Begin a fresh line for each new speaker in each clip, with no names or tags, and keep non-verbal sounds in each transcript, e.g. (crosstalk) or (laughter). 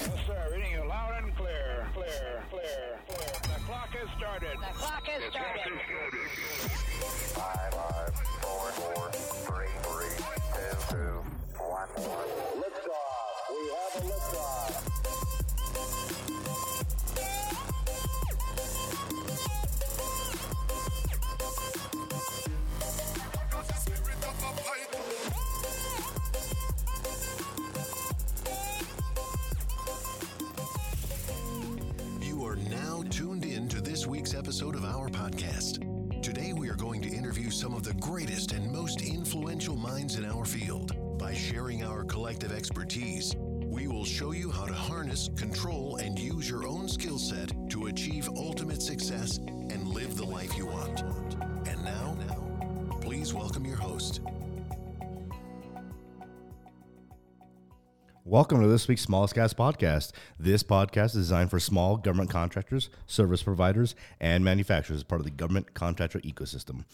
Yes, sir. Reading you loud and clear. Clear, clear, clear. The clock has started. The clock has started.
Five, five, four, four, three, three, two, two, one, one.
Liftoff. We have a liftoff.
You are now tuned in to this week's episode of our podcast. Today, we are going to interview some of the greatest and most influential minds in our field. By sharing our collective expertise, we will show you how to harness, control, and use your own skill set to achieve ultimate success and live the life you want. And now, please welcome your host,
Welcome to this week's Smallest Gas Podcast. This podcast is designed for small government contractors, service providers, and manufacturers as part of the government contractor ecosystem.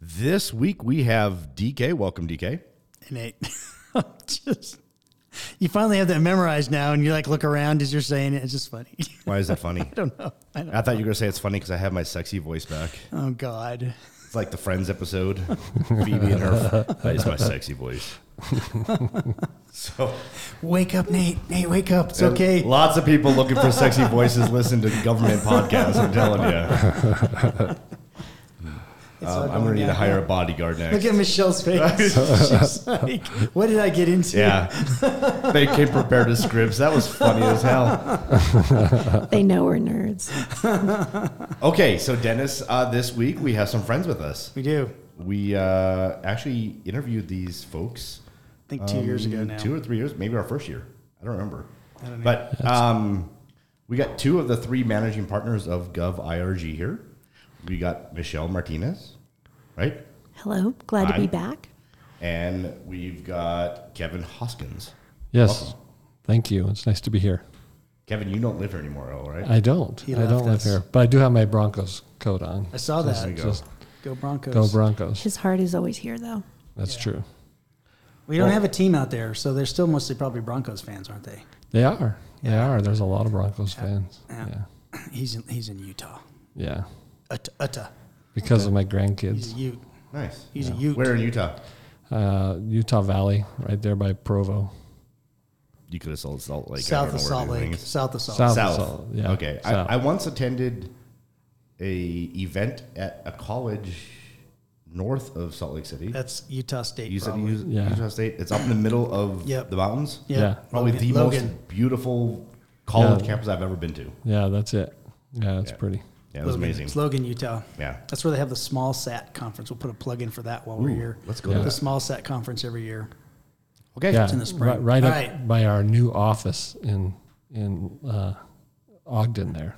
This week we have DK. Welcome, DK.
(laughs) innate. just you finally have that memorized now, and you like look around as you're saying it. It's just funny. (laughs)
Why is that funny? I
don't know. I don't.
I thought you were going to say it's funny because I have my sexy voice back.
Oh God.
It's like the Friends episode. Phoebe and her. That is my sexy
(laughs)
voice. so,
Wake up, Nate. Nate, wake up. It's okay.
Lots of people looking for sexy voices listen to government podcasts. I'm telling you.
It's all
Um, I'm going to need to
down.
hire a bodyguard next.
(laughs) Look at Michelle's face. (laughs)
(laughs)
She's like, "What did I get into?"
Yeah. (laughs) they came prepared to scripts. That was funny as hell.
They know we're nerds.
Okay, so Dennis, uh, this week we have some friends with us.
We do.
We uh, actually interviewed these folks
I think two years ago
um,
now.
Two or three years, maybe our first year. I don't remember. But um, we got two of the three managing partners of Gov IRG here. We got Michelle Martinez, right?
Hello, glad to
Hi.
be back.
And we've got Kevin Hoskins.
Yes.
Welcome.
Thank you. It's nice to be here.
Kevin, you don't live here anymore, all right?
I don't.
He
I don't
left
live
us.
here, but I do have my Broncos coat on.
I saw
Just-
that.
go.
Just
Go Broncos.
go Broncos.
His heart is always here, though.
That's true.
we don't have a team out there, so they're still mostly probably Broncos fans, aren't they? (clears throat)
They are. They are. There's a lot of Broncos fans.
Yeah.
Yeah.
He's in he's in Utah.
Yeah.
Uta. Uta.
Because of my
He's
grandkids.
a Ute.
Nice.
He's a Ute.
Where in Utah?
Uh, Utah Valley, right there by Provo.
You could have sold Salt Lake. I don't
South of
know where
Salt
everything
Lake.
is.
Oh, South of Salt.
South.
South.
Salt, yeah,
Okay.
South.
I, I once attended a event at a college north of Salt Lake City.
That's Utah State.
you said
probably.
Utah,
Yeah.
Utah State. It's up in the middle of
Yep.
the mountains.
Yeah.
Yeah.
Probably
Logan.
the
Logan.
most beautiful college
Yeah.
campus I've ever been to.
Yeah, that's it. Yeah, that's
Yeah.
pretty.
Yeah, it was
Logan.
amazing.
It's Logan, Utah.
Yeah.
That's where they have the Small Sat conference. We'll put a plug in for that while we're
Ooh,
here.
let's go
to
The
that.
Small Sat conference every year.
Okay.
Yeah,
in the spring.
Right, right
All
up
right.
by our new office in in uh, Ogden. There,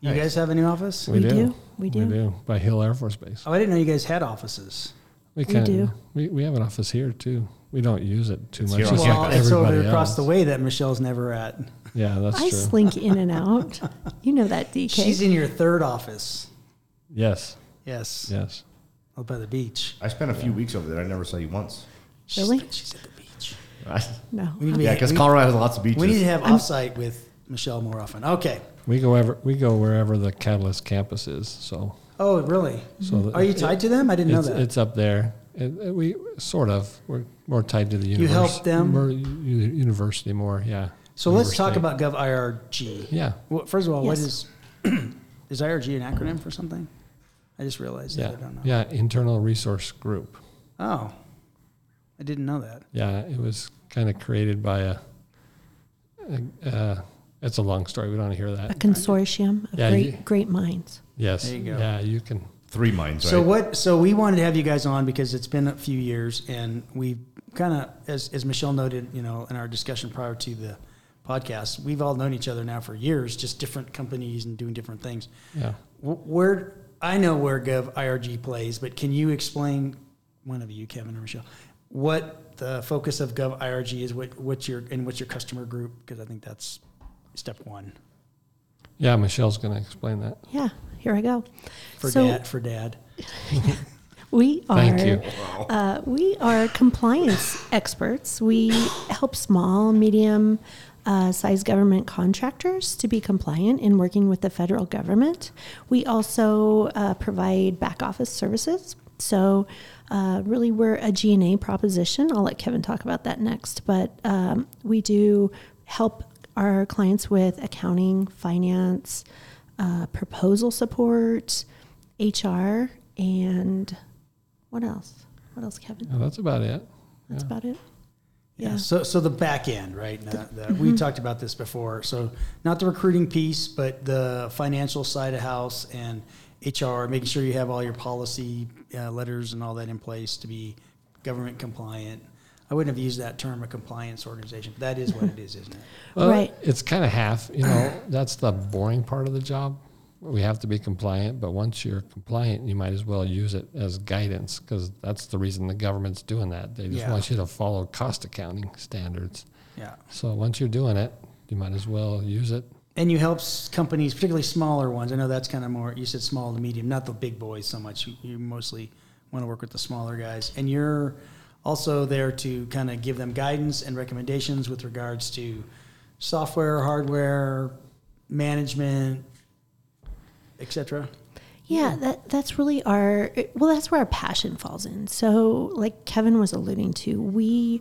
You guys have a new office?
We do. We do.
We do by Hill Air Force Base.
Oh, I didn't know you guys had offices.
We, kinda-
do.
We, we have an office here too. We don't use it too much.
here on
It's
Well,
like
it's over
everybody
across
else.
the way that Michelle's never at.
Yeah, that's
I
true.
slink in and out. You know that, DK.
She's in your third office.
yes,
Yes.
yes.
Out by the beach.
I spent a few weeks over there. I never saw you
(laughs)
once.
She's-
Really?
She's at the beach.
no.
We need to be-
yeah, because
we-
Colorado has lots of beaches.
We need to have offsite with Michelle more often. Okay.
We go ever we go wherever the Catalyst campus is. So
Oh, really?
So the-
Are you tied to them? I didn't know
it's,
that.
it's up there. It, it- we sort of we're more tied to the
You
university.
help them?
university more. Yeah.
so let's talk
University.
about GovIRG.
yeah.
Well, first of all, what
Yes.
is is (clears throat) IRG an acronym for something? I just realized
Yeah,
that. I don't know.
yeah, internal resource group.
Oh, I didn't know that.
Yeah, it was kind of created by a. a uh, it's a long story. We don't want to hear
a
that.
consortium of
Yeah,
great,
you-
great minds.
Yes.
There you go.
Yeah, you can.
three mines, right?
So what? So we wanted to have you guys on because it's been a few years, and we've kind of, as as Michelle noted, you know, in our discussion prior to the podcast, we've all known each other now for years, just different companies and doing different things.
Yeah.
Wh- Where I know where Gov IRG plays, but can you explain, one of you, Kevin or Michelle, what the focus of Gov IRG is? What what's your and what's your customer group? Because I think that's step one
Yeah, Michelle's going to explain that.
Yeah, here I go.
for
so
dad. For dad,
We are.
Thank you.
Uh, we are compliance experts. We help small, medium, uh, sized government contractors to be compliant in working with the federal government. We also uh, provide back office services. So, uh, really, we're a G&A proposition. I'll let Kevin talk about that next. But um, we do help our clients with accounting, finance, uh, proposal support, HR, and what else? What else, Kevin?
Well, that's about it.
That's about it.
Yeah. So, so the back end, right? Now, that We talked about this before. So, not the recruiting piece, but the financial side of house and HR, making sure you have all your policy uh, letters and all that in place to be government compliant. I wouldn't have used that term, a compliance organization. but That is what it is, isn't it?
Well,
Right.
It's kind of half. You know, that's the boring part of the job. We have to be compliant, but once you're compliant, you might as well use it as guidance because that's the reason the government's doing that. They just
Yeah.
want you to follow cost accounting standards.
Yeah.
So once you're doing it, you might as well use it.
And you help s- companies, particularly smaller ones. I know that's kind of more, you said small to medium, not the big boys so much. You, you mostly want to work with the smaller guys. And you're also there to kind of give them guidance and recommendations with regards to software, hardware, management, et cetera.
Yeah, that that's really our well. That's where our passion falls in. So, like Kevin was alluding to, we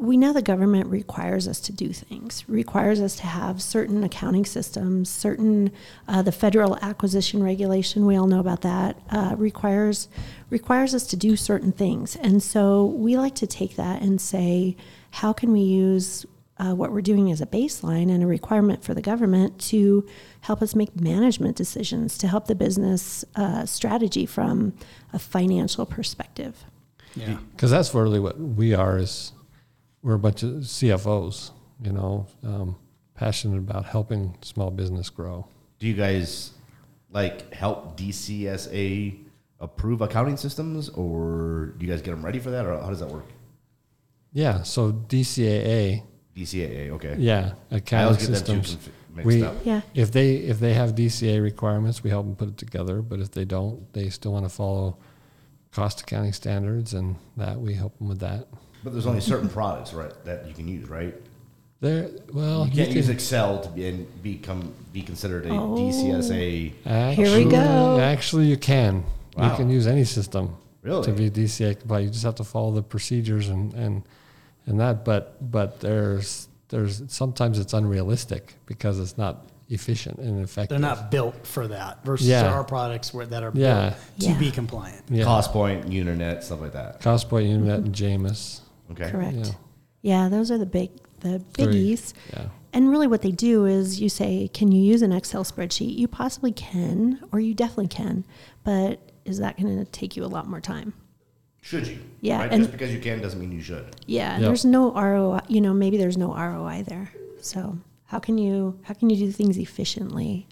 we know the government requires us to do things, requires us to have certain accounting systems, certain uh, the federal acquisition regulation. We all know about that. Uh, requires requires us to do certain things, and so we like to take that and say, how can we use uh, what we're doing as a baseline and a requirement for the government to help us make management decisions, to help the business uh, strategy from a financial perspective.
Yeah.
because that's really what we are is we're a bunch of cfos you know um, passionate about helping small business grow
Do you guys like help DCSA approve accounting systems, or do you guys get them ready for that, or how does that work?
yeah so dcaa
DCAA, okay.
yeah
I always get
accounting
that two
systems
conf- mixed
we,
up.
Yeah.
if they if they have dca requirements we help them put it together but if they don't they still want to follow cost accounting standards and that we help them with that
But there's only certain products, right, that you can use, right?
there well
You can't
can-
use Excel to be and become be considered a
Oh.
DCSA.
Here we go.
Actually, you can.
Wow.
You can use any system
Really?
to be DCA compliant. You just have to follow the procedures and and and that. But but there's there's sometimes it's unrealistic because it's not efficient and effective.
They're not built for that versus
Yeah.
our products where, that are
Yeah.
built to
Yeah.
be compliant.
yeah.
Cost point, Uninet, stuff like that.
cost point unit and Jameis.
Okay.
Correct.
Yeah.
Yeah. those are the big the
Three.
biggies.
Yeah.
And really, what they do is you say, "Can you use an Excel spreadsheet?" You possibly can, or you definitely can, but is that going to take you a lot more time?
Should you?
Yeah,
Right?
and-
Just because you can doesn't mean you should.
Yeah, and
Yeah.
there's no ROI. You know, maybe there's no ROI there. So how can you how can you do things efficiently?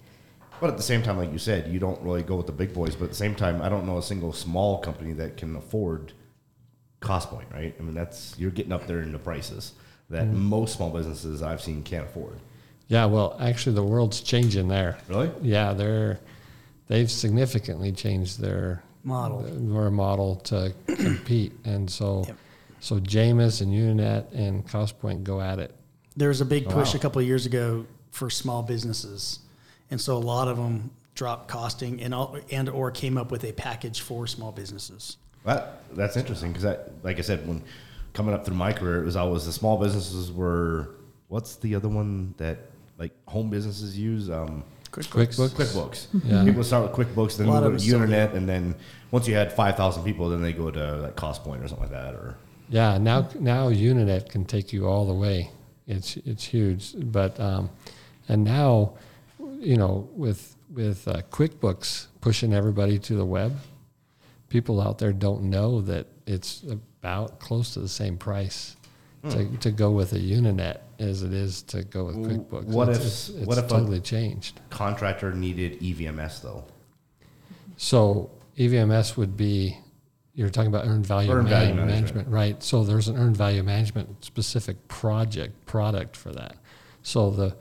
But at the same time, like you said, you don't really go with the big boys. But at the same time, I don't know a single small company that can afford cost point, right? I mean, that's you're getting up there in the prices that
Mm-hmm.
most small businesses I've seen can't afford.
Yeah, well, actually, the world's changing there.
Really?
Yeah, they're they've significantly changed their
Model.
their model to compete, and so
Yep.
so Jameis and Uninet and CostPoint go at it.
There was a
Oh,
big push a couple of years ago for small businesses, and so a lot of them dropped costing and all, and or came up with a package for small businesses.
That that's interesting because I, like I said, when coming up through my career, it was always the small businesses were. What's the other one that like home businesses use? Um,
QuickBooks.
QuickBooks.
Yeah.
People start with QuickBooks, then
Mm-hmm. A lot
go
of
to
us still do.
Internet, and then once you had five thousand people, then they go to like Cost Point or something like that, or
Yeah, now now Uninet can take you all the way. It's it's huge, but um, and now, you know, with with uh, QuickBooks pushing everybody to the web, people out there don't know that it's about close to the same price
Hmm.
to, to go with a Uninet as it is to go with QuickBooks.
what
it's,
if-
it's, it's
what if a-
totally changed?
contractor needed E EVMS though.
So E EVMS would be you're talking about earned value,
Earned value
man-
management.
right? So there's an earned value management specific project product for that. So the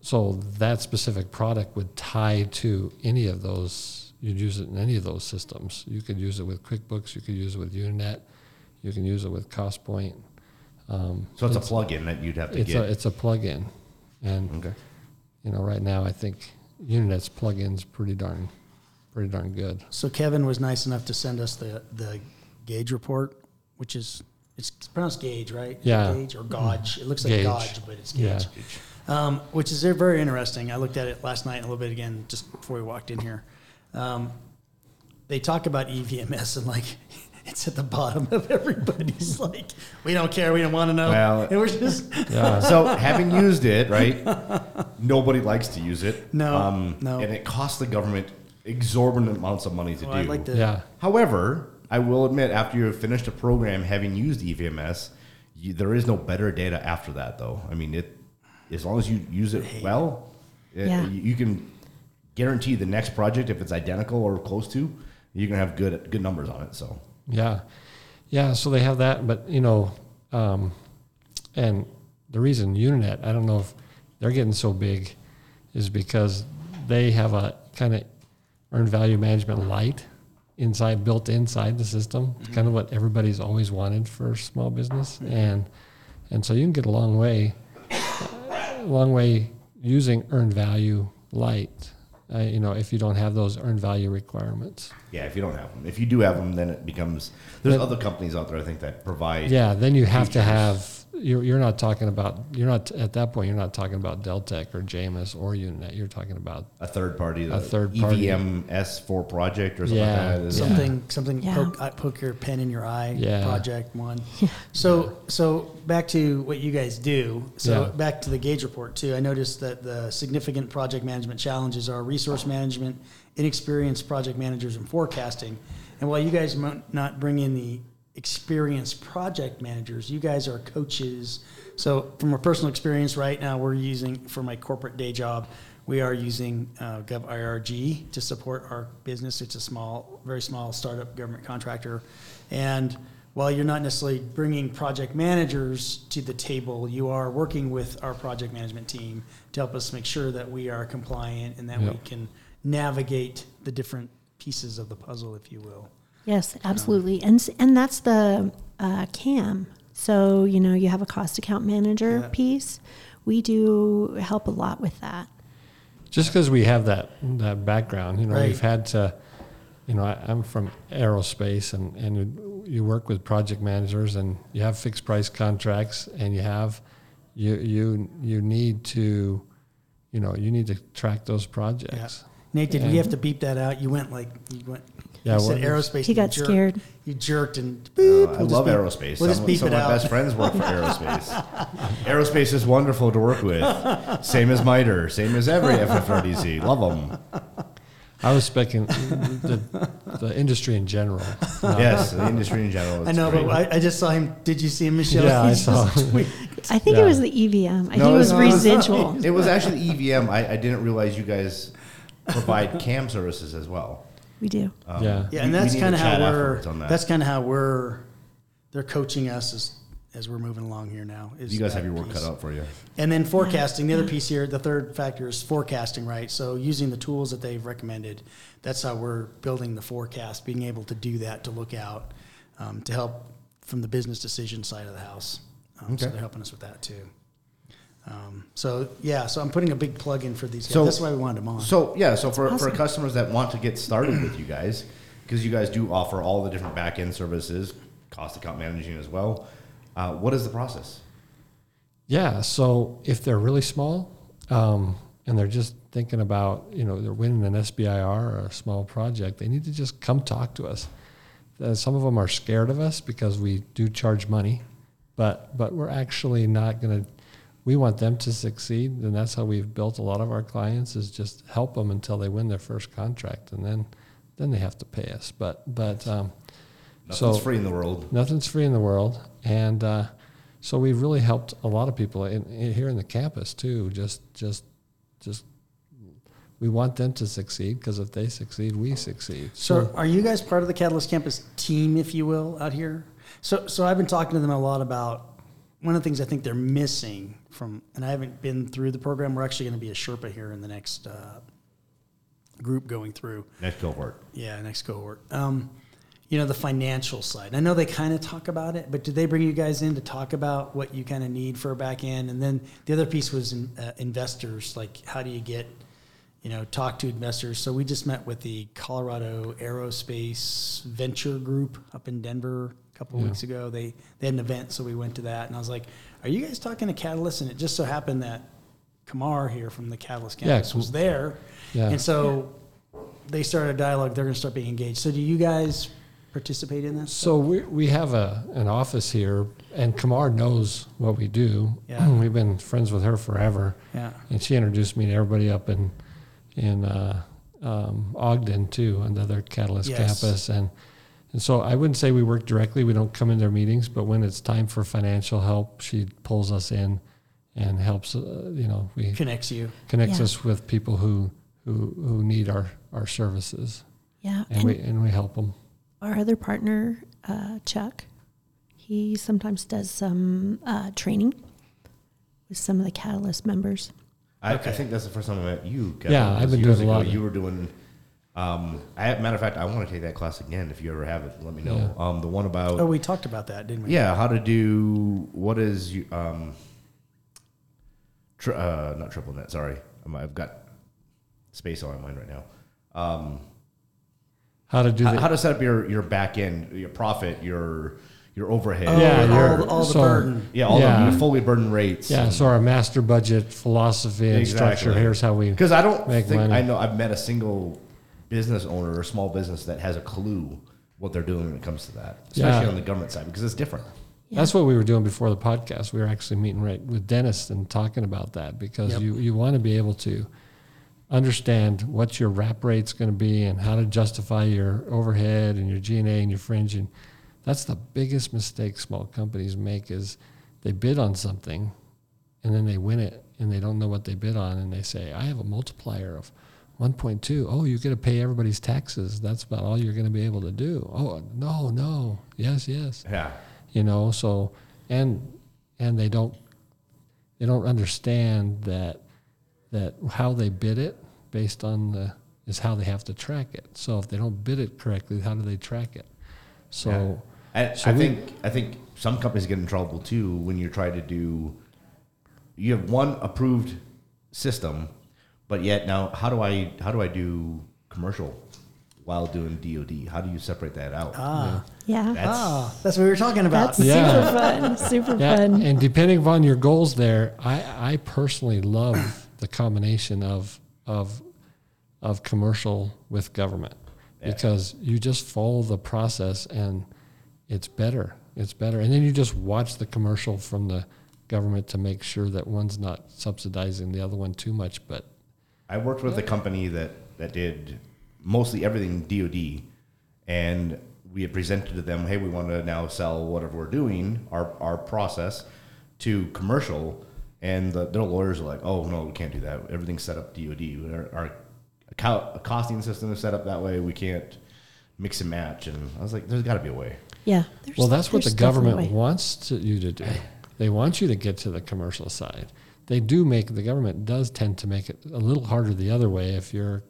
so that specific product would tie to any of those you'd use it in any of those systems. You could use it with QuickBooks. You could use it with Uninet. You can use it with CostPoint. Um,
So it's a plug-in that you'd have to
it's
get.
a it's a plug-in, and
okay.
you know right now I think United's plug-ins pretty darn pretty darn good.
So Kevin was nice enough to send us the the gauge report, which is it's pronounced gauge, right?
Yeah.
Gauge or gauge. It looks like
Gauge.
gauge, but it's
Yeah.
gauge. Um, which is very interesting. I looked at it last night and a little bit again just before we walked in here. Um, they talk about E EVMS and like (laughs) it's at the bottom of everybody's (laughs) like we don't care, we don't want to know.
Well-
and we're just
So having used it, right? Nobody likes to use it.
(laughs)
Um,
No, no.
And it costs the government exorbitant amounts of money to
Well,
do.
I'd like to
Yeah,
However, I will admit, after you've finished a program having used E EVMS, you, there is no better data after that, though. I mean, it as long as you use it well, it-
Yeah.
you you can guarantee the next project if it's identical or close to, you're gonna have good good numbers on it. So
yeah, yeah. So they have that, but you know, um, and the reason Uninet, I don't know if they're getting so big, is because they have a kind of earned value management light inside built inside the system. It's kind of what everybody's always wanted for small business, and and so you can get a long way, a long way using earned value light. Uh, you know, if you don't have those earned value requirements.
yeah, if you don't have them, if you do have them, then it becomes. There's
But-
other companies out there I think that provide.
Yeah, then you have to have. You're, you're not talking about. You're not at that point. You're not talking about Deltek or Jameis or Uninet. You're talking about
A third party, E a
third party.
EVMS for project or something
Yeah,
like that.
yeah.
something something
Yeah.
poke, uh, poke your pen in your eye
Yeah.
project one so so back to what you guys do so
Yeah.
back to the gauge report too i noticed that the significant project management challenges are resource management inexperienced project managers and forecasting and while you guys might not bring in the experienced project managers you guys are coaches so from a personal experience right now we're using for my corporate day job we are using uh, GovIRG to support our business. It's a small, very small startup government contractor. And while you're not necessarily bringing project managers to the table, you are working with our project management team to help us make sure that we are compliant and that we
Yep.
can navigate the different pieces of the puzzle, if you will.
Um,
Yes, absolutely. And s- and that's the uh, CAM. So, you know, you have a cost account manager
Yeah.
piece. We do help a lot with that.
just because we have that that background. You know,
Right.
we've had to. You know, I, I'm from aerospace, and and you work with project managers, and you have fixed price contracts, and you have you you you need to, you know, you need to track those projects.
Nate, did we
Yeah.
have to beep that out? You went like, you went,
Yeah,
you said
well,
aerospace.
He
and you
got
jerked.
scared.
You jerked and
Uh,
boop.
I
we'll just
love
beep-
aerospace.
We'll just
some
beep
some
it
of my
out.
best friends work for aerospace. (laughs) aerospace is wonderful to work with. Same as MITRE, same as every FFRDC. Love them.
I was speaking the, the industry in general. not-
Yes, the industry in general. is
I know,
great.
but I, I just saw him. Did you see him, Michelle?
Yeah,
(laughs) He
I saw
just
him.
tweaked.
I think
Yeah.
it was the EVM. I
No,
think it was
it's-
(laughs)
residual.
It was actually EVM. I, I didn't realize you guys provide CAM services as well.
we do.
yeah.
Yeah,
We-
and
we
that's
need to
kind of how
chat
we're.
afterwards on that.
That's kind of how we're. They're coaching us as as we're moving along here now. Is
You guys
that
have your work
piece.
cut out for you.
And then forecasting, the other piece here, the third factor is forecasting, right? So using the tools that they've recommended, that's how we're building the forecast, being able to do that, to look out, um, to help from the business decision side of the house. Um, So
Okay.
they're helping us with that too. Um, so yeah, so I'm putting a big plug in for these guys.
So-
that's why we wanted them on.
So yeah, so for,
awesome.
for customers that want to get started with you guys, because you guys do offer all the different back end services, cost account managing as well. Uh, what is the process?
Yeah. So if they're really small um, and they're just thinking about, you know, they're winning an SBIR or a small project, they need to just come talk to us. Uh, some of them are scared of us because we do charge money, but but we're actually not going to. We want them to succeed, and that's how we've built a lot of our clients is just help them until they win their first contract, and then then they have to pay us. But but um,
Nothing's free in the world.
Nothing's free in the world, and uh, so we've really helped a lot of people in, in, here in the campus too. Just, just, just. We want them to succeed because if they succeed, we succeed.
So, are you guys part of the Catalyst Campus team, if you will, out here? So, so I've been talking to them a lot about one of the things I think they're missing from, and I haven't been through the program. We're actually going to be a Sherpa here in the next uh, group going through.
Next cohort.
Yeah, next cohort. Um, you know, the financial side. I know they kind of talk about it, but did they bring you guys in to talk about what you kind of need for a back end? And then the other piece was in, uh, investors. Like, how do you get, you know, talk to investors? So we just met with the Colorado Aerospace Venture Group up in Denver a couple of weeks ago. They they had an event, so we went to that, and I was like, "Are you guys talking to Catalyst?" And it just so happened that Kamar here from the Catalyst campus
cool.
was there,
Yeah.
and so they start a dialogue, they're going to start being engaged. So, do you guys participate in this?
So we, we have a, an office here, and Kamar knows what we do.
Yeah.
(clears throat) We've been friends with her forever.
Yeah.
And she introduced me to everybody up in in uh, um, Ogden too, another Catalyst
Yes.
campus, and and so I wouldn't say we work directly. We don't come in their meetings, but when it's time for financial help, she pulls us in and helps. Uh, you know, we
Connects you.
connects
Yeah.
us with people who who who need our our services,
Yeah.
and, we and we help them.
Our other partner, uh, Chuck, he sometimes does some uh, training with some of the Catalyst members.
I, I think that's the first time I met you. Kevin,
Yeah, I've
was
been
years
doing a
ago.
lot of-
You were doing. Um, I matter of fact, I want to take that class again. If you ever have it, let me know. Um, the one about
Oh, we talked about that, didn't we?
yeah, how to do what is you um, tri- uh, not triple net. Sorry, I'm, I've got space on my mind right now.
How to do
How,
the
how to set up your your back end, your profit, your your overhead.
Yeah,
your-
you're-
all, all the
so-
burden.
yeah, all
Oh, Yeah.
the your fully burden rates.
Yeah, so our master budget philosophy and structure. Here's how we.
Because I don't
make
think
money.
I know. I've met a single business owner or small business that has a clue what they're doing when it comes to that, especially
Yeah.
on the government side because it's different.
That's what we were doing before the podcast. We were actually meeting right with Dennis and talking about that because you, you want to be able to understand what your wrap rate's going to be and how to justify your overhead and your G&A and your fringe. And that's the biggest mistake small companies make is they bid on something and then they win it and they don't know what they bid on and they say i have a multiplier of 1.2 oh you got to pay everybody's taxes that's about all you're going to be able to do oh no no yes yes
Yeah,
you know so and and they don't they don't understand that that how they bid it based on the is how they have to track it so if they don't bid it correctly how do they track it so
I,
So
I
we-
think I think some companies get in trouble too when you try to do. You have one approved system, but yet now how do I how do I do commercial while doing DoD? How do you separate that out?
Ah,
Yeah.
That's
ah, that's what we were talking about.
That's
Yeah.
super fun. Super fun.
And depending upon your goals there, I, I personally love (clears throat) the combination of of of commercial with government because you just follow the process and it's better. It's better. And then you just watch the commercial from the government to make sure that one's not subsidizing the other one too much, but
I worked with a company that that did mostly everything DoD, and we had presented to them, hey, we want to now sell whatever we're doing, our our process, to commercial, and the, their lawyers are like, oh no, we can't do that. Everything's set up DoD. Our, our account, costing system is set up that way. We can't mix and match. And I was like, there's got to be a way.
Yeah. There's-
Well, that's what the
there's definitely a
government
way.
wants to, you to do. They want you to get to the commercial side. They do make the government does tend to make it a little harder the other way. If you're,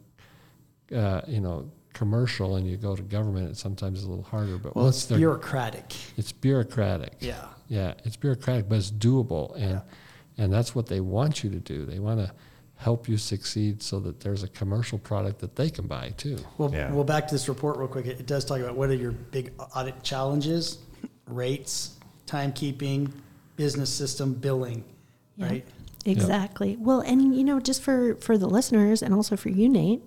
uh, you know, commercial and you go to government, it's sometimes a little harder. But
well, it's
once they're,
bureaucratic.
it's bureaucratic.
Yeah.
Yeah, it's bureaucratic, but it's doable, and and that's what they want you to do. They want to help you succeed so that there's a commercial product that they can buy too.
Well,
Yeah.
well, back to this report real quick. It, it does talk about what are your big audit challenges, rates, timekeeping, business system, billing,
Yeah.
right?
Exactly. Well, and you know, just for for the listeners and also for you, Nate,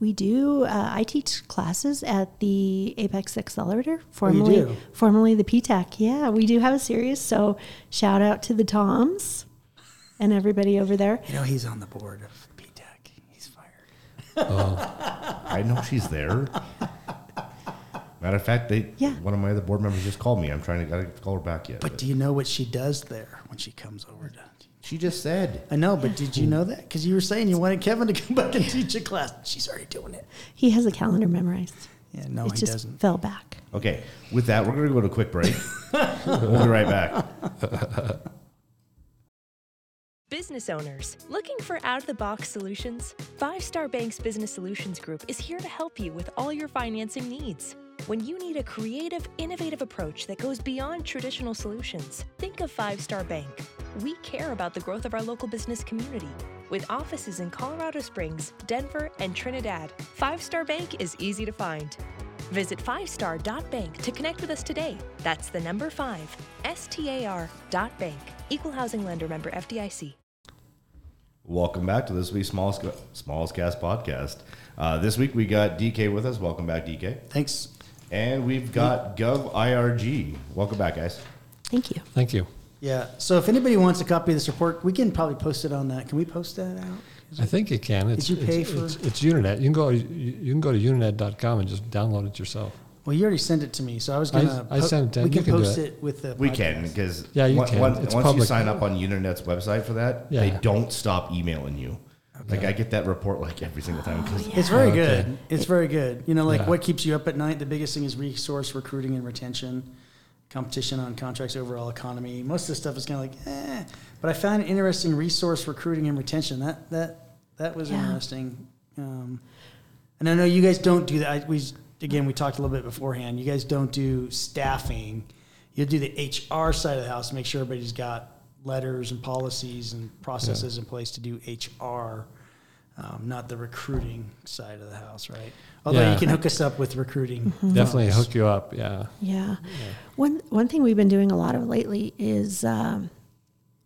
we do. Uh, I teach classes at the Apex Accelerator, formerly
Oh, do?
formerly the PTAC. Yeah, we do have a series. So shout out to the Toms and everybody over there.
You know, he's on the board of PTAC. He's fired.
I know she's
(laughs)
there. Matter of fact, they
Yeah.
one of my other board members just called me. I'm trying to gotta call her back yet.
But do you know what she does there when she comes over to
she just said.
I know, but did you know that? Because you were saying you wanted Kevin to come back and teach a class. She's already doing it.
He has a calendar memorized.
Yeah, no,
it
he
just
doesn't.
fell back.
Okay, with that, we're going to go to a
(laughs)
quick break. we'll be right back.
Business owners, looking for out of the box solutions? Five Star Bank's Business Solutions Group is here to help you with all your financing needs. When you need a creative, innovative approach that goes beyond traditional solutions, think of Five Star Bank. We care about the growth of our local business community. With offices in Colorado Springs, Denver, and Trinidad, Five Star Bank is easy to find. Visit 5star.bank to connect with us today. That's the number 5, S-T-A-R dot bank. Equal housing lender member FDIC.
Welcome back to this week's smallest smallest cast podcast. Uh, this week we got DK with us. Welcome back, DK,
Thanks.
and we've got Gov IRG. Welcome back, guys.
Thank you.
Thank you.
Yeah. So if anybody wants a copy of this report, we can probably post it on that. Can we post that out?
I think you can. It's,
you pay
it's,
for-
it's, it's Uninet. You can go. You, you can go to uninet.com and just download it yourself.
Well, you already sent it to me, so I was
I-
gonna.
I sent it to
We
him.
can,
You can do
post
it.
it. with the.
We
podcast.
can because
Yeah, you
on-
can.
on-
It's
once you
public.
sign up on United's website for that, they
Yeah.
don't stop emailing you. Like I get that report like every single time.
Oh,
'cause-
It's very
Okay.
good. It's very good. You know, like
Yeah.
what keeps you up at night? The biggest thing is resource recruiting and retention, competition on contracts, overall economy. Most of the stuff is kind of like, eh. But I found it interesting resource recruiting and retention. That that that was
Yeah.
interesting. Um, and I know you guys don't do that. I, we again we talked a little bit beforehand. You guys don't do staffing. You do the HR side of the house, make sure everybody's got letters and policies and processes in place to do HR, um, not the recruiting side of the house, right? Although
Yeah.
you can hook us up with recruiting.
Definitely
firms.
hook you up. Yeah.
Yeah. One one thing we've been doing a lot of lately is um,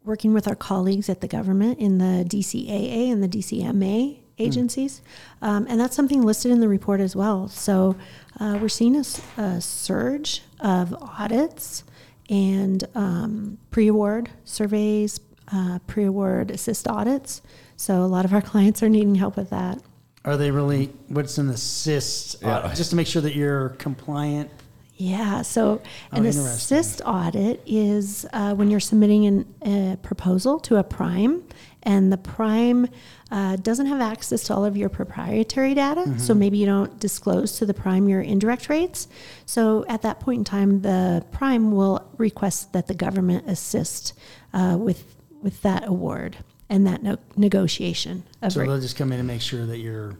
working with our colleagues at the government in the DCAA and the DCMA agencies, um, and that's something listed in the report as well. So uh, we're seeing a, s- a surge of audits and um, pre-award surveys, uh, pre-award assist audits. So a lot of our (laughs) clients are needing help with that.
Are they really what's an assist? audit?
Yeah.
uh, just to make sure that you're compliant.
Yeah. So an
Oh, interesting.
assist audit is uh, when you're submitting an, a proposal to a prime, and the prime uh, doesn't have access to all of your proprietary data.
Mm-hmm.
So maybe you don't disclose to the prime your indirect rates. So at that point in time, the prime will request that the government assist uh, with with that award and that no- negotiation of
So
rate.
they'll just come in and make sure that you're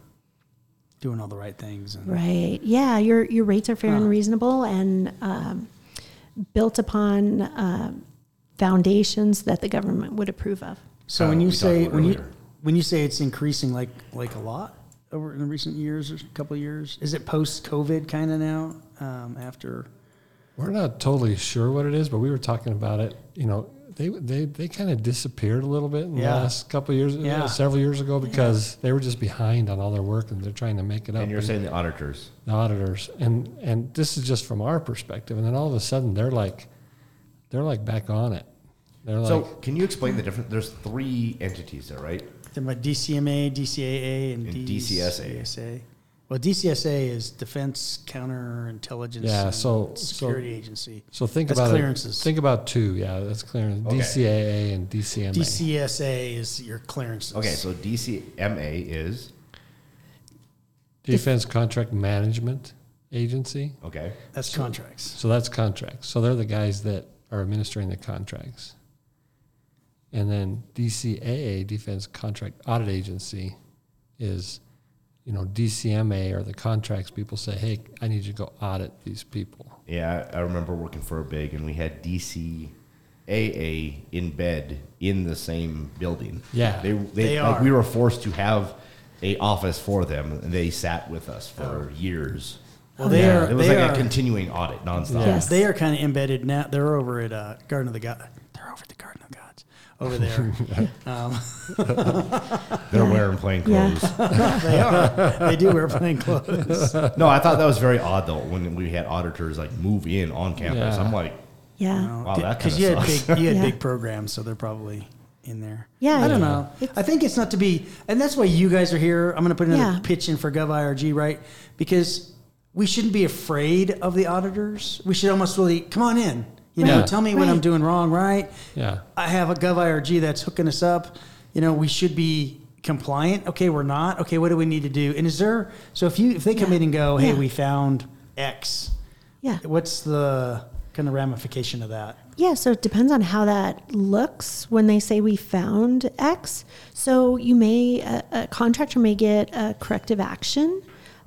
doing all the right things. And
Right. Yeah. Your your rates are fair and reasonable and um, built upon um foundations that the government would approve of.
So
Uh,
when you
we talked
say
about
when you
earlier.
when you say it's increasing like like a lot over in the recent years or a couple of years, is it post COVID kind of now? Um, after
We're not totally sure what it is, but we were talking about it. You know, they they, they kind of disappeared a little bit in
Yeah.
the last couple of years,
Yeah.
uh, several years ago, because they were just behind on all their work and they're trying to make it up.
And you're saying the auditors?
the auditors, and and this is just from our perspective, and then all of a sudden they're like, they're like back on it. They're like,
So can you explain the difference? There's three entities there, right?
talking about DCMA, DCAA, and,
And DCSA.
DCSA. Well, DCSA is Defense Counterintelligence
Yeah,
and
so- so-
Security Agency.
so think
That's
about
clearances.
It, think about two, yeah, that's clearance.
Okay.
DCAA and DCMA.
DCSA is your clearances.
Okay, so DCMA is
Defense Contract Management Agency.
okay.
that's contracts.
So that's contracts. So they're the guys that are administering the contracts. And then DCAA, Defense Contract Audit Agency, is, you know, DCMA or the contracts people say, hey, I need you to go audit these people.
Yeah, I I remember working for a big, and we had DCAA in bed in the same building.
Yeah.
they they,
They
like
are.
we were forced to have a office for them, and they sat with us for years.
Well, they
Yeah,
are.
Oh, It was
Oh. they
like a
are,
continuing audit nonstop.
Yeah.
Yes.
They are kind of embedded now. They're over at uh, Garden of the God. They're over at the Garden of Gods over there.
(laughs)
um,
They're wearing plain
Yeah.
clothes.
(laughs) they (laughs) are. They do wear plain clothes.
no, I thought that was very odd though when we had auditors like move in on campus.
Yeah.
I'm like,
Yeah.
Wow, that kinda
you had
sucks.
big, you had
Yeah.
big programs, so they're probably in there.
Yeah,
I don't
yeah.
know. I think it's not to be, and that's why you guys are here. I'm going to put another
Yeah.
pitch in for GovIRG, right? Because we shouldn't be afraid of the auditors. We should almost really come on in. You know,
Right.
tell me what I'm
Right.
doing wrong, right?
Yeah.
I have a GovIRG that's hooking us up. You know, we should be compliant. Okay, we're not. Okay, what do we need to do? And is there so if you if they come
Yeah.
in and go, hey,
Yeah.
we found X,
Yeah.
what's the kind of ramification of that?
Yeah, so it depends on how that looks when they say we found X. So you may, a, a contractor may get a corrective action,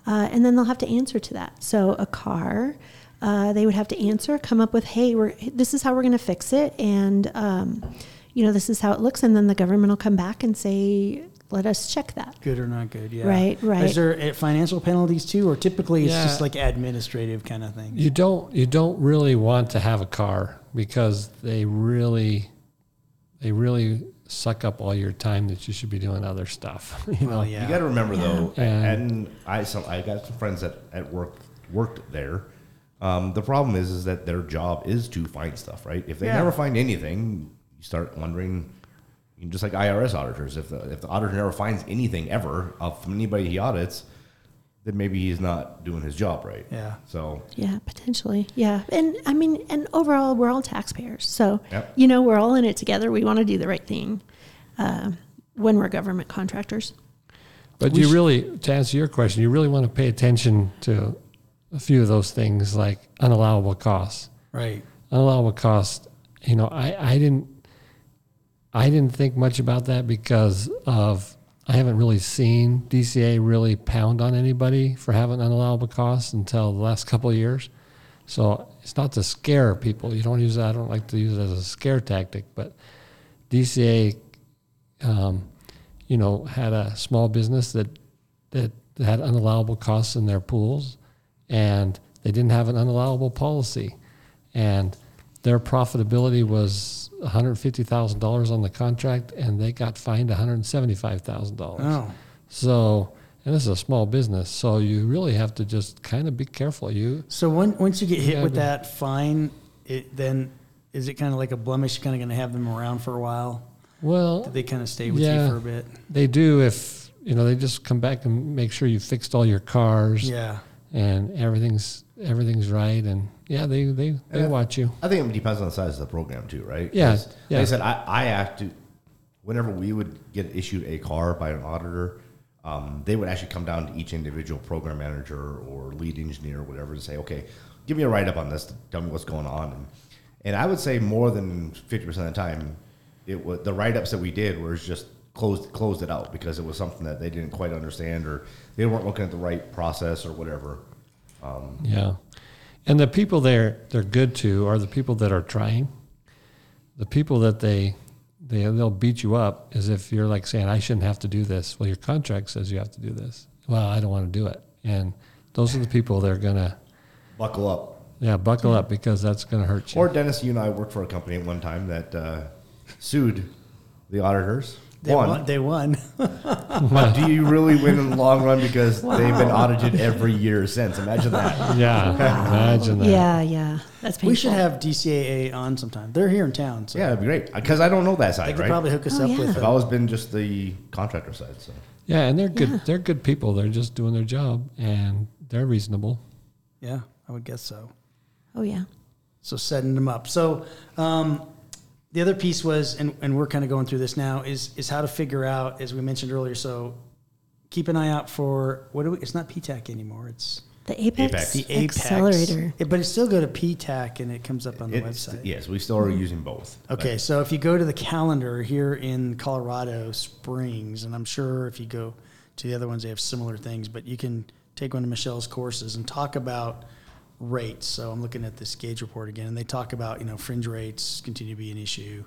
uh, and then they'll have to answer to that. So a car, uh, they would have to answer, come up with, hey, we're this is how we're going to fix it, and um, you know this is how it looks, and then the government will come back and say, let us check that.
Good or not good? Yeah.
Right, right.
Is there uh, financial penalties too, or typically it's
Yeah.
just like administrative kind of thing?
You don't you don't really want to have a car because they really they really suck up all your time that you should be doing other stuff. (laughs) You know,
Oh yeah.
You got to remember though,
Yeah.
and I some I got some friends that at work worked there. Um, the problem is, is that their job is to find stuff, right? If they
Yeah.
never find anything, you start wondering. you know, Just like IRS auditors, if the if the auditor never finds anything ever of from anybody he audits, then maybe he's not doing his job right.
Yeah.
So
Yeah, potentially. Yeah. And I mean, and overall, we're all taxpayers. So,
Yep.
you know, we're all in it together. We want to do the right thing uh, when we're government contractors.
But you really, to answer your question, you really want to pay attention to a few of those things like unallowable costs.
Right.
Unallowable costs, you know, I, I didn't I didn't think much about that because of I haven't really seen DCA really pound on anybody for having unallowable costs until the last couple of years. So it's not to scare people. You don't use that. I don't like to use it as a scare tactic, but DCA um, you know, had a small business that that had unallowable costs in their pools, and they didn't have an unallowable policy, and their profitability was one hundred fifty thousand dollars on the contract, and they got fined one hundred seventy-five thousand dollars.
Oh.
So, and this is a small business, so you really have to just kind of be careful. You
So when, once you get hit
Yeah,
with
but-
that fine, it then is it kind of like a blemish? Kind of going to have them around for a while.
well,
Do they kind of stay with
Yeah.
you for a bit?
they do if you know they just come back and make sure you fixed all your cars.
Yeah.
and everything's everything's right and yeah they they, they
Yeah.
watch you
I think it depends on the size of the program too, right?
Yeah,
'Cause
yeah.
Like I said, I, I have to. Whenever we would get issued a car by an auditor, um, they would actually come down to each individual program manager or lead engineer, or whatever, and say, "Okay, give me a write up on this. Tell me what's going on." And, and I would say more than fifty percent of the time, it was the write ups that we did was just closed closed it out because it was something that they didn't quite understand or they weren't looking at the right process or whatever.
yeah and the people they're they're good to are the people that are trying the people that they they they'll beat you up as if you're like saying i shouldn't have to do this well your contract says you have to do this well i don't want to do it and those are the people that are gonna
Buckle up.
yeah buckle up because that's gonna hurt you
Or Dennis, you and I worked for a company at one time that uh, sued the auditors.
They
won.
won. They won. (laughs)
But do you really win in the long run because they've been audited every year since? Imagine
(laughs)
that.
yeah imagine that
Yeah. Yeah. That's painful.
we should have DCAA on sometime. They're here in town, so
Yeah, it'd be great because I don't know that
they
side,
could
right?
probably hook us
Oh,
up
yeah.
with.
I've
a-
always been just the contractor side. So
yeah and they're good they're good people they're just doing their job and they're reasonable
Yeah, I would guess so.
Oh, yeah.
So setting them up. So um, the other piece was, and, and we're kind of going through this now, is is how to figure out, as we mentioned earlier. So keep an eye out for what do we? It's not PTAC anymore. It's
The Apex,
Apex.
the Apex
Accelerator.
It- but it still go to PTAC and it comes up on the
it's,
website. Mm-hmm.
yes, we still are using both.
Okay, so if you go to the calendar here in Colorado Springs, and I'm sure if you go to the other ones, they have similar things, but you can take one of Michelle's courses and talk about rates. So I'm looking at this gauge report again, and they talk about, you know, fringe rates continue to be an issue.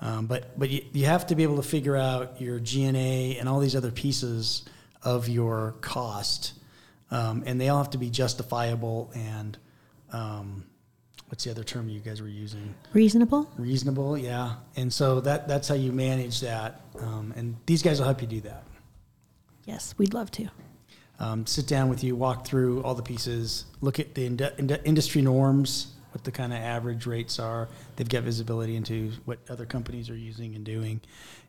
Um, but but you, you have to be able to figure out your GNA and all these other pieces of your cost, um, and they all have to be justifiable and. Um, What's the other term you guys were using?
Reasonable.
reasonable yeah and so that that's how you manage that um, and these guys will help you do that
Yes. We'd love to.
um, sit down with you walk through all the pieces look at the ind- ind- industry norms what the kind of average rates are they've got visibility into what other companies are using and doing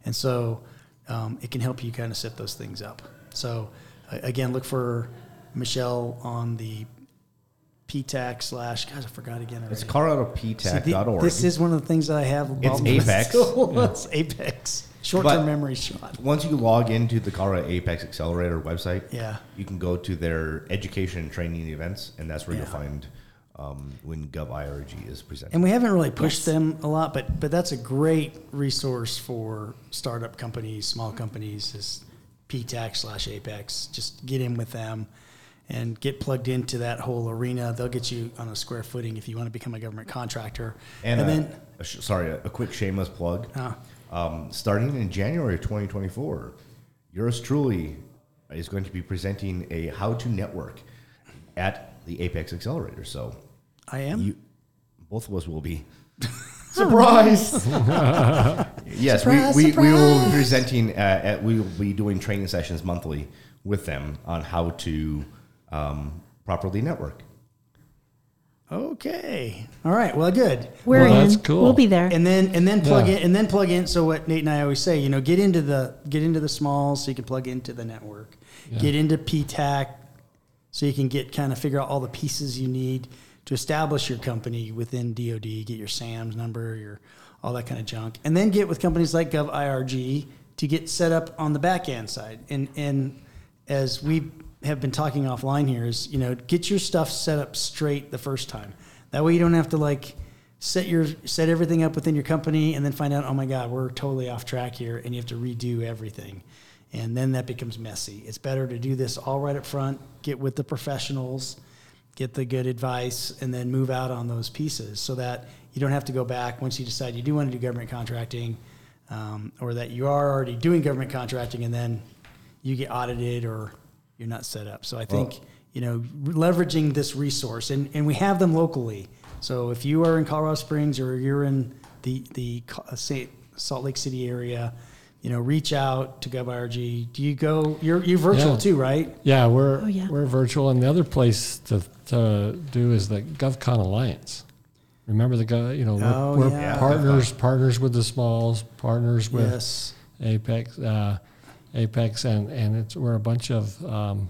and so um, it can help you kind of set those things up so a- again look for michelle on the ptac slash guys i forgot again already.
It's coloradoptac.org.
This is one of the things that I have. about my
Apex.
(laughs) school. It's Apex. Short-term
But-
memory shot.
Once you log into the Colorado Apex Accelerator website,
Yeah.
you can go to their education and training events, and that's where
Yeah.
you'll find um, when GovIRG is presented.
And we haven't really pushed them a lot, but but that's a great resource for startup companies, small companies, is PTAX slash Apex. Just get in with them and get plugged into that whole arena. They'll get you on a square footing if you want to become a government contractor.
And,
And,
a-
then
a sh- sorry, a, a quick shameless plug.
Ah.
Um, starting in January of 2024, yours truly is going to be presenting a how to network at the Apex Accelerator. So
I am.
you, both of us will
(laughs)
be. Surprise! (laughs) yes,
Surprise,
we, we, we will be
surprise.
presenting. Uh, at, we will be doing training sessions monthly with them on how to um, properly network.
okay. All right. Well, good.
We're
Well,
in.
that's cool.
We'll be there.
And then and then plug
Yeah.
in and then plug in. So what Nate and I always say, you know, get into the get into the small so you can plug into the network. Get into PTAC so you can get kind of figure out all the pieces you need to establish your company within DoD. Get your SAM's number, your all that kind of junk, and then get with companies like GovIRG to get set up on the back end side. And and as we have been talking offline here, is you know get your stuff set up straight the first time. That way you don't have to like set your set everything up within your company and then find out oh my god we're totally off track here and you have to redo everything and then that becomes messy it's better to do this all right up front get with the professionals get the good advice and then move out on those pieces so that you don't have to go back once you decide you do want to do government contracting um, or that you are already doing government contracting and then you get audited or you're not set up so i think you know leveraging this resource and, and we have them locally so if you are in colorado springs or you're in the the Co- uh, Sa- salt lake city area you know reach out to govirg do you go you're you're virtual
Yeah.
too right
Yeah, we're
Oh, yeah.
we're virtual, and the other place to, to do is the GovCon Alliance. Remember the guy, you know, we're,
Oh,
we're
yeah.
partners partners with the smalls, partners with
yes
Apex, uh, Apex, and and it's we're a bunch of um,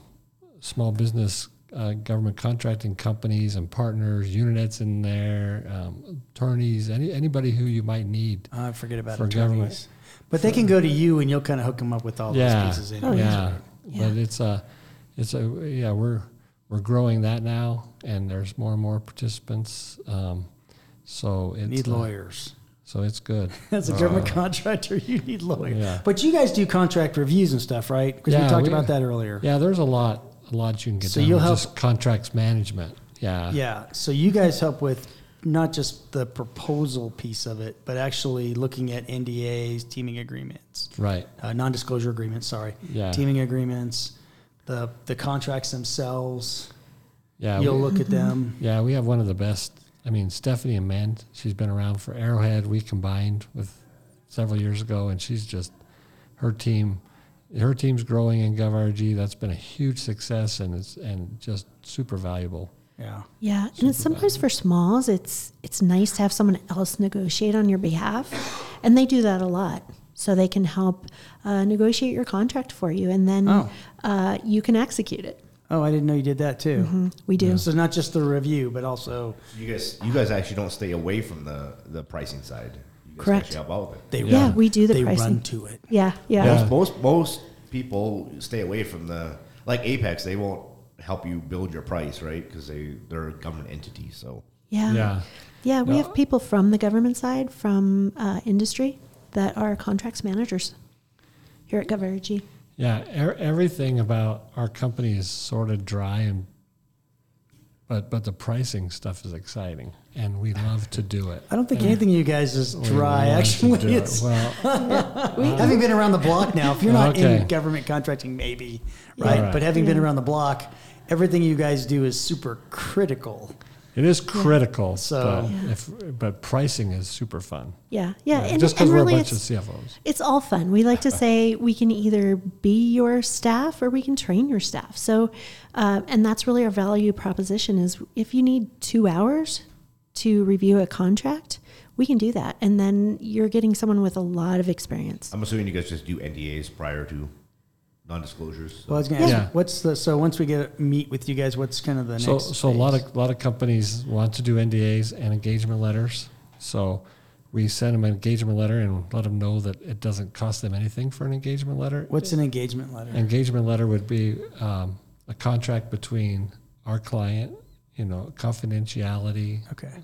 small business uh, government contracting companies and partners, United's in there, um, attorneys, any anybody who you might need.
I forget about
For
attorneys.
government.
But they can go to you and you'll kind of hook them up with all
yeah, Oh,
those pieces.
yeah.
Anyway.
but it's a, it's a yeah we're we're growing that now, and there's more and more participants. Um, so it's
Need
uh,
lawyers. (laughs)
so it's good.
As a government contractor, you need lawyers.
Yeah.
But you guys do contract reviews and stuff, right? Because we
Yeah,
talked
we-
about that earlier.
yeah, there's a lot a lot you can get.
So
done
you'll
with
help-
just contracts management. Yeah,
Yeah. So you guys help with not just the proposal piece of it, but actually looking at NDAs, teaming agreements,
right.
uh, non-disclosure agreements. Sorry,
Yeah.
teaming agreements, the the contracts themselves.
Yeah,
You'll
we-
look
Mm-hmm.
at them.
Yeah, we have one of the best. I mean, Stephanie Amend, she's been around for Arrowhead. We combined with several years ago, and she's just her team. Her team's growing in GovRG. That's been a huge success, and it's and just super valuable.
Yeah.
Yeah, and it's sometimes for smalls, it's it's nice to have someone else negotiate on your behalf, and they do that a lot. So they can help uh, negotiate your contract for you, and then
Oh.
uh, you can execute it.
Oh, I didn't know you did that too.
We do.
So not just the review, but also
You guys, you guys actually don't stay away from the the pricing side. You guys
Correct.
Actually help out with it.
they
Yeah, we do the
they
pricing.
run to it.
Yeah, yeah,
Most, most most people stay away from the like Apex. They won't help you build your price, right? Because they they're a government entity. So
yeah,
Yeah.
Yeah, We have people from the government side, from uh, industry, that are contracts managers here at GovRG.
Yeah, er- everything about our company is sort of dry, and but but the pricing stuff is exciting, and we love to do it.
I don't think anything you guys is
We
(laughs) dry.
love to
Actually,
do it.
it's
well,
having been around the block now. If you're not
Okay.
in government contracting, maybe right.
Alright.
But having been around the block, everything you guys do is super critical.
It is critical.
(laughs) So-
but, if, but pricing is super fun.
Yeah, yeah,
Yeah,
and,
just
and
because we're a
really
bunch of
it's-
CFOs.
It's all fun. We
(laughs)
like to say we can either be your staff or we can train your staff. So, uh, and that's really our value proposition is if you need two hours to review a contract, we can do that. And then you're getting someone with a lot of experience.
I'm assuming you guys just do NDAs prior to non-disclosures. So
Well, I was gonna ask,
Yeah.
what's the so once we get meet with you guys, what's kind of the
So,
next?
so a lot of lot of companies want to do NDAs and engagement letters. So we send them an engagement letter and let them know that it doesn't cost them anything for an engagement letter.
what's an engagement letter?
Engagement letter would be um, a contract between our client you know, confidentiality
Okay.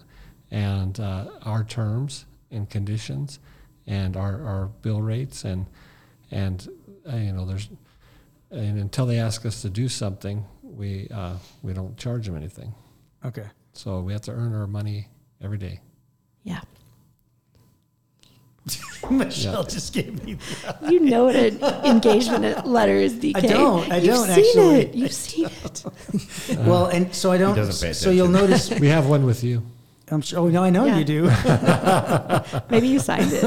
and uh, our terms and conditions and our, our bill rates and and uh, you know there's and until they ask us to do something we uh, we don't charge them anything (laughs)
Okay.
so we have to earn our money every day
Yeah.
Michelle just gave me.
You know what an engagement letter is, DK.
I don't. I
You've
don't
seen
actually.
It. You've seen it.
well, and so I don't.
doesn't pay
so you'll notice.
we have one with you
I'm sure. Oh, no, I know
Yeah.
you do.
Maybe you signed
(laughs)
it.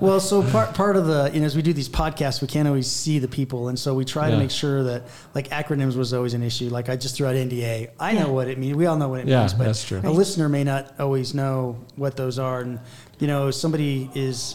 Well, so part part of the you know as we do these podcasts, we can't always see the people, and so we try to
Yeah.
make sure that like acronyms was always an issue. Like I just threw out NDA. I know what it means. We all know what it
Yeah,
means, but
that's true.
a listener may not always know what those are. And you know, somebody is.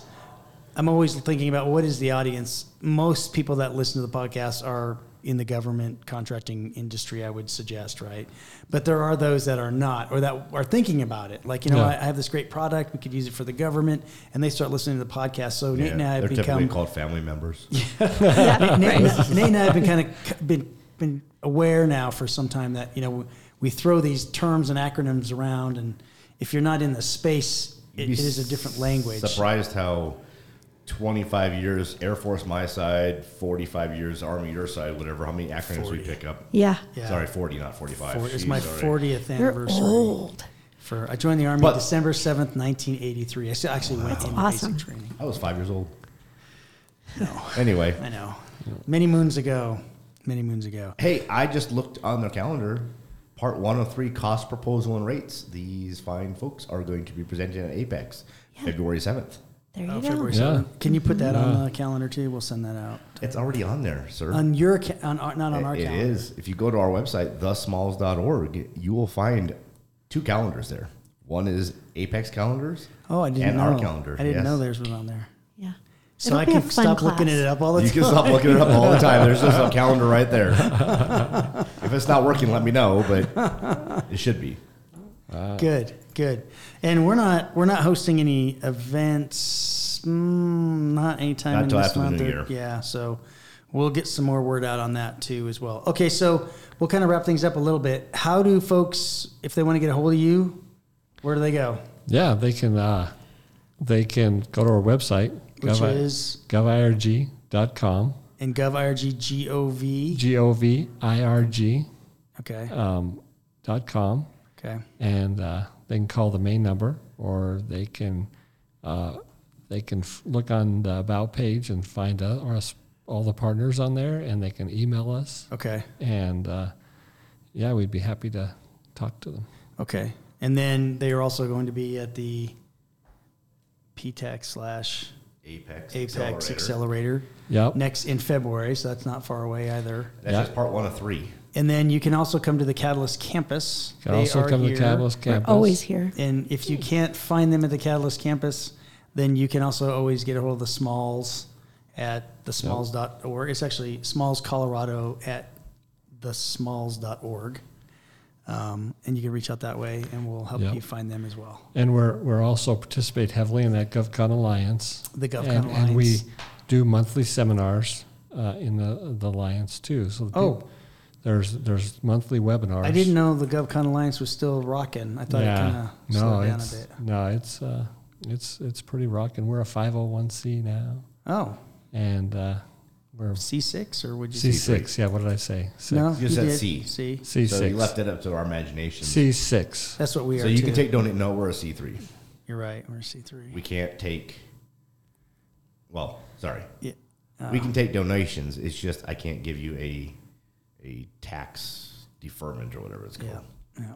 I'm always thinking about what is the audience. Most people that listen to the podcast are in the government contracting industry. I would suggest, right? But there are those that are not, or that are thinking about it. Like you know,
Yeah.
I, I have this great product. We could use it for the government, and they start listening to the podcast. So Nate
Yeah,
and I
they're
have
typically
become
called family members. (laughs)
Yeah,
Nate,
right.
Nate and I have been kind of been been aware now for some time that you know we throw these terms and acronyms around, and if you're not in the space, (laughs) it, it
You'd be
is a different language.
Surprised how 25 years Air Force my side, 45 years Army your side, whatever, how many acronyms we pick up.
Yeah.
Yeah.
Sorry, 40, not 45.
For- it's
Jeez,
my
sorry.
40th
You're
anniversary.
old.
For I joined the army
But-
December 7th, 1983. I s- actually went in
awesome.
basic training.
I was five years old. No.
(laughs)
Anyway.
I know, many moons ago, many moons ago.
Hey, I just looked on their calendar. Part 103 cost proposal and rates. These fine folks are going to be presenting at Apex February 7th.
There you
Oh,
go.
February
Yeah.
7th. Can you put that on the calendar too? We'll send that out
It's already on there, sir.
on your ca- on our, not on our
It- it
calendar.
is. If you go to our website, thesmalls.org, you will find two calendars there. One is Apex calendars.
Oh, I didn't
and
know.
our calendar.
I didn't
yes.
know theirs was on there.
Yeah.
So
It'll
I
be
can
a fun
stop looking
class.
it up all the
You
time.
can stop looking it up all the time. There's
(laughs)
just a calendar right there. if it's not working, let me know. But it should be.
Good, good. And we're not we're not hosting any events. Mm, not anytime
Not
in
till
this
after the
month.
new
or-
year.
Yeah. So we'll get some more word out on that too as well. Okay. So we'll kind of wrap things up a little bit. How do folks, if they want to get a hold of you, where do they go?
yeah they can uh, they can go to our website
Which
govi-
is
govirg.com
in govirg g o v.
g-o-v-i-r-g
Okay.
um, dot com
Okay.
and uh, they can call the main number or they can uh, they can f- look on the about page and find out us all the partners on there and they can email us
Okay.
and uh, yeah we'd be happy to talk to them
Okay. And then they are also going to be at the PTAC slash
Apex.
Apex Accelerator
yep
next in February, so that's not far away either.
That's just part one of three.
And then you can also come to the Catalyst campus.
can
They
also
are
come to
here.
Catalyst campus
Always here.
And if you can't find them at the Catalyst campus, then you can also always get a hold of the Smalls at thesmalls.org. It's actually Smalls Colorado at thesmalls.org. Um, and you can reach out that way, and we'll help
Yep.
you find them as well.
and we're we're also participate heavily in that GovCon Alliance.
The GovCon
and, and we
Alliance.
do monthly seminars uh, in the the alliance too. So the
Oh.
peop- there's there's monthly webinars.
I didn't know the GovCon Alliance was still rocking. I thought it kind of
no,
slowed down a
it's
bit.
no, it's uh, it's it's pretty rocking. We're a five hundred one c now,
Oh,
and uh, we're
C six or would you?
c six. Yeah, what did I say? Six.
No,
You
he
said
did.
C.
C.
C
So you left
six.
it up to our imagination.
C six.
That's what we are.
So you
too.
can take donate. No, we're a C three.
You're right. We're C three.
We can't take. Well, sorry.
Yeah.
we can take donations. It's just I can't give you a a tax deferment or whatever it's called.
Yeah. Yeah.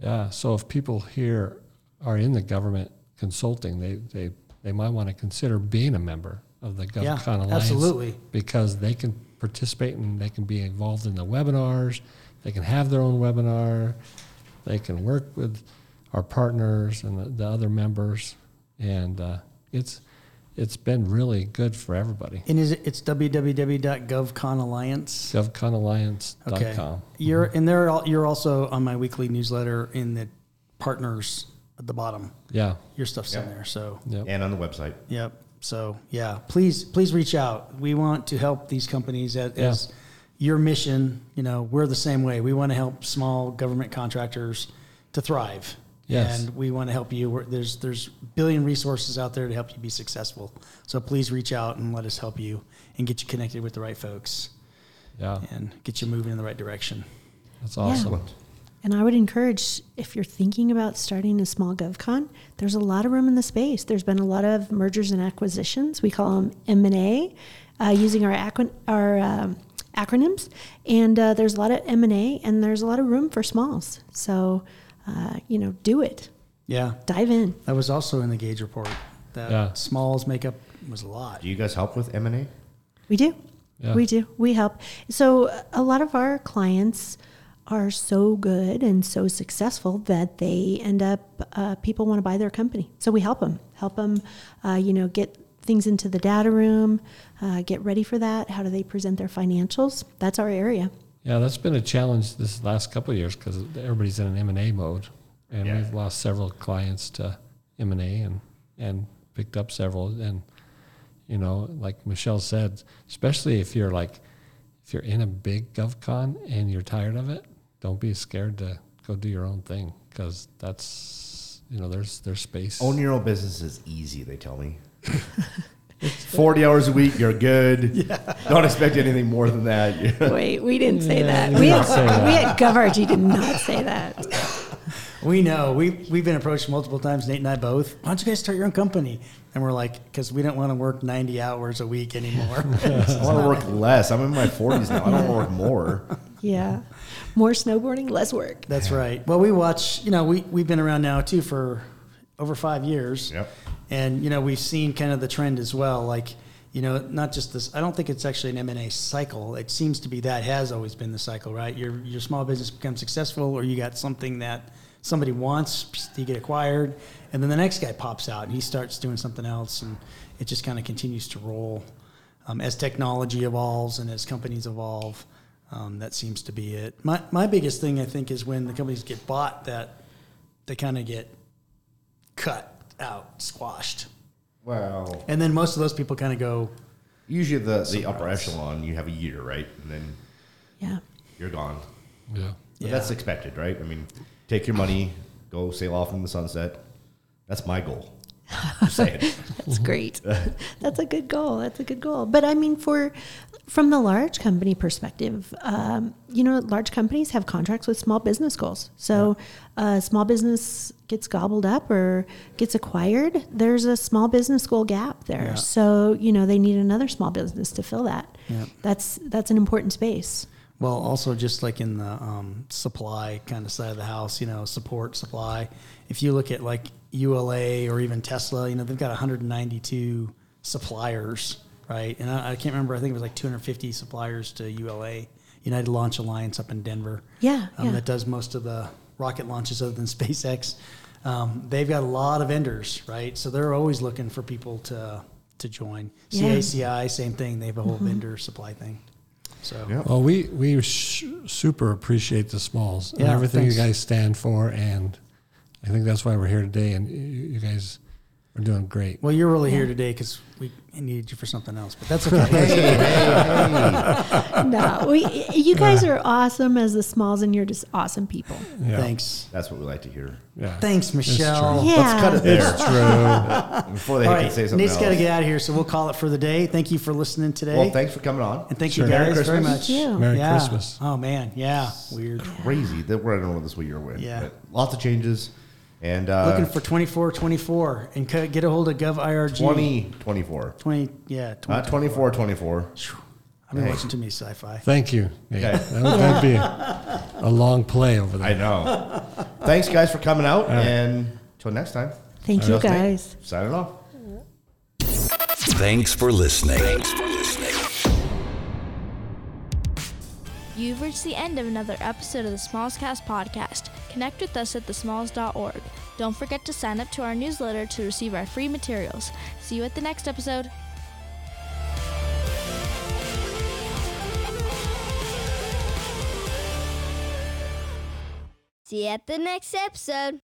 Yeah. So if people here are in the government consulting, they they, they might want to consider being a member of the GovCon
Yeah,
Alliance.
absolutely.
Because they can participate and they can be involved in the webinars. They can have their own webinar. They can work with our partners and the, the other members, and uh, it's it's been really good for everybody.
And is it, it's www.govconalliance.
GovConAlliance.com.
Okay. You're
Mm-hmm.
and they're all, you're also on my weekly newsletter in the partners at the bottom.
Yeah.
Your stuff's in
Yeah.
there. So
Yep.
And on the website.
Yep. So yeah, please please reach out. We want to help these companies at,
Yeah.
as your mission, you know, we're the same way. We want to help small government contractors to thrive.
Yes.
And we want to help you. We're, there's there's a billion resources out there to help you be successful. So please reach out and let us help you and get you connected with the right folks
Yeah,
and get you moving in the right direction.
that's awesome.
And I would encourage if you're thinking about starting a small GovCon, there's a lot of room in the space. There's been a lot of mergers and acquisitions. We call them M and A, uh, using our acron- our um, acronyms. And uh, there's a lot of M and A, and there's a lot of room for smalls. So, uh, you know, do it.
Yeah.
Dive in.
That was also in the Gage report. That
Yeah.
smalls makeup was a lot.
Do you guys help with M and A?
We do.
Yeah.
We do. We help. So uh, a lot of our clients are so good and so successful that they end up uh, people want to buy their company. So we help them. Help them. Uh, you know, get things into the data room. Uh, get ready for that. How do they present their financials? That's our area.
Yeah, that's been a challenge this last couple of years because everybody's in an M and A mode, and
Yeah.
we've lost several clients to M and A, and and picked up several. And you know, like Michelle said, especially if you're like if you're in a big GovCon and you're tired of it, don't be scared to go do your own thing because that's you know there's there's space.
Own your own business is easy. They tell
(laughs)
me. Forty hours a week, you're good.
(laughs)
Don't expect anything more than that.
(laughs) Wait, we didn't say that.
you
We
didn't
at,
say that.
we at GovRG did not say that.
We know. We, we've been approached multiple times, Nate and I both. Why don't you guys start your own company? And we're like, because we don't want to work 90 hours a week anymore.
(laughs) (laughs) I want to work less. I'm in my 40s now. I don't want to work more.
Yeah, more snowboarding, less work.
That's right. Well, we watch, you know, we, we've been around now too for over five years.
Yep.
And, you know, we've seen kind of the trend as well. Like, you know, not just this, I don't think it's actually an M&A cycle. It seems to be that has always been the cycle, right? Your, your small business becomes successful or you got something that somebody wants, psst, you get acquired, and then the next guy pops out and he starts doing something else. And it just kind of continues to roll. Um, as technology evolves and as companies evolve, um, that seems to be it. My, my biggest thing, I think, is when the companies get bought that they kind of get cut out, squashed.
Wow.
And then most of those people kind of go,
Usually the, the upper echelon, you have a year, right? And then
Yeah.
you're gone.
yeah,
But that's expected, right? I mean, take your money, go sail off in the sunset. That's my goal. Just saying.
(laughs)
That's great. (laughs) That's a good goal. That's a good goal. But I mean, for from the large company perspective, um, you know, large companies have contracts with small business goals. So, uh, small business gets gobbled up or gets acquired. There's a small business goal gap there.
Yeah.
So, you know, they need another small business to fill that.
Yeah.
That's that's an important space.
well, also just like in the um, supply kind of side of the house, you know, support, supply. If you look at like ULA or even Tesla, you know, they've got 192 suppliers, right? And I, I can't remember, I think it was like 250 suppliers to ULA, United Launch Alliance up in Denver.
Yeah,
Um,
yeah.
That does most of the rocket launches other than (laughs) SpaceX. Um, they've got a lot of vendors, right? So they're always looking for people to to join.
Yeah. Mm-hmm.
CACI, same thing. They have a whole vendor supply thing. So
Well, we we sh- super appreciate the smalls and
Yeah,
everything
thanks.
you guys stand for, and I think that's why we're here today. And you, you guys are doing great.
well, you're really here today because we needed you for something else,
(laughs)
but that's okay.
(laughs) no, we, you guys are awesome as the smalls, and you're just awesome people.
Yeah.
Thanks,
That's what we like to hear.
Yeah.
thanks, Michelle.
Yeah.
Let's cut it
(laughs)
there before they
All
can
right,
say something
Nate's got to
else.
get out of here, so we'll call it for the day. Thank you for listening today,
well, thanks for coming on.
and thank
Sure.
you
Merry
guys very
Christmas.
much.
Thank you.
Merry
Yeah.
Christmas.
Oh man, yeah, weird.
Crazy that we're I don't know this year we're in.
Yeah.
But lots of changes, and uh,
Looking for 24, 24, and co- get a hold of GovIRG.
2024.
20 yeah, 20.
Not 24, 24.
I've been
Uh, Hey.
watching too many sci-fi.
Thank you. Nate.
Okay.
That would that'd be a,
(laughs)
a long play over there.
I know. Thanks, guys, for coming out. And till next time.
Thank you,
Just Nate,
guys.
Signing off.
Thanks for listening. Thanks for listening.
You've reached the end of another episode of the Smalls Cast podcast. Connect with us at thesmalls.org. Don't forget to sign up to our newsletter to receive our free materials. See you at the next episode. See you at the next episode.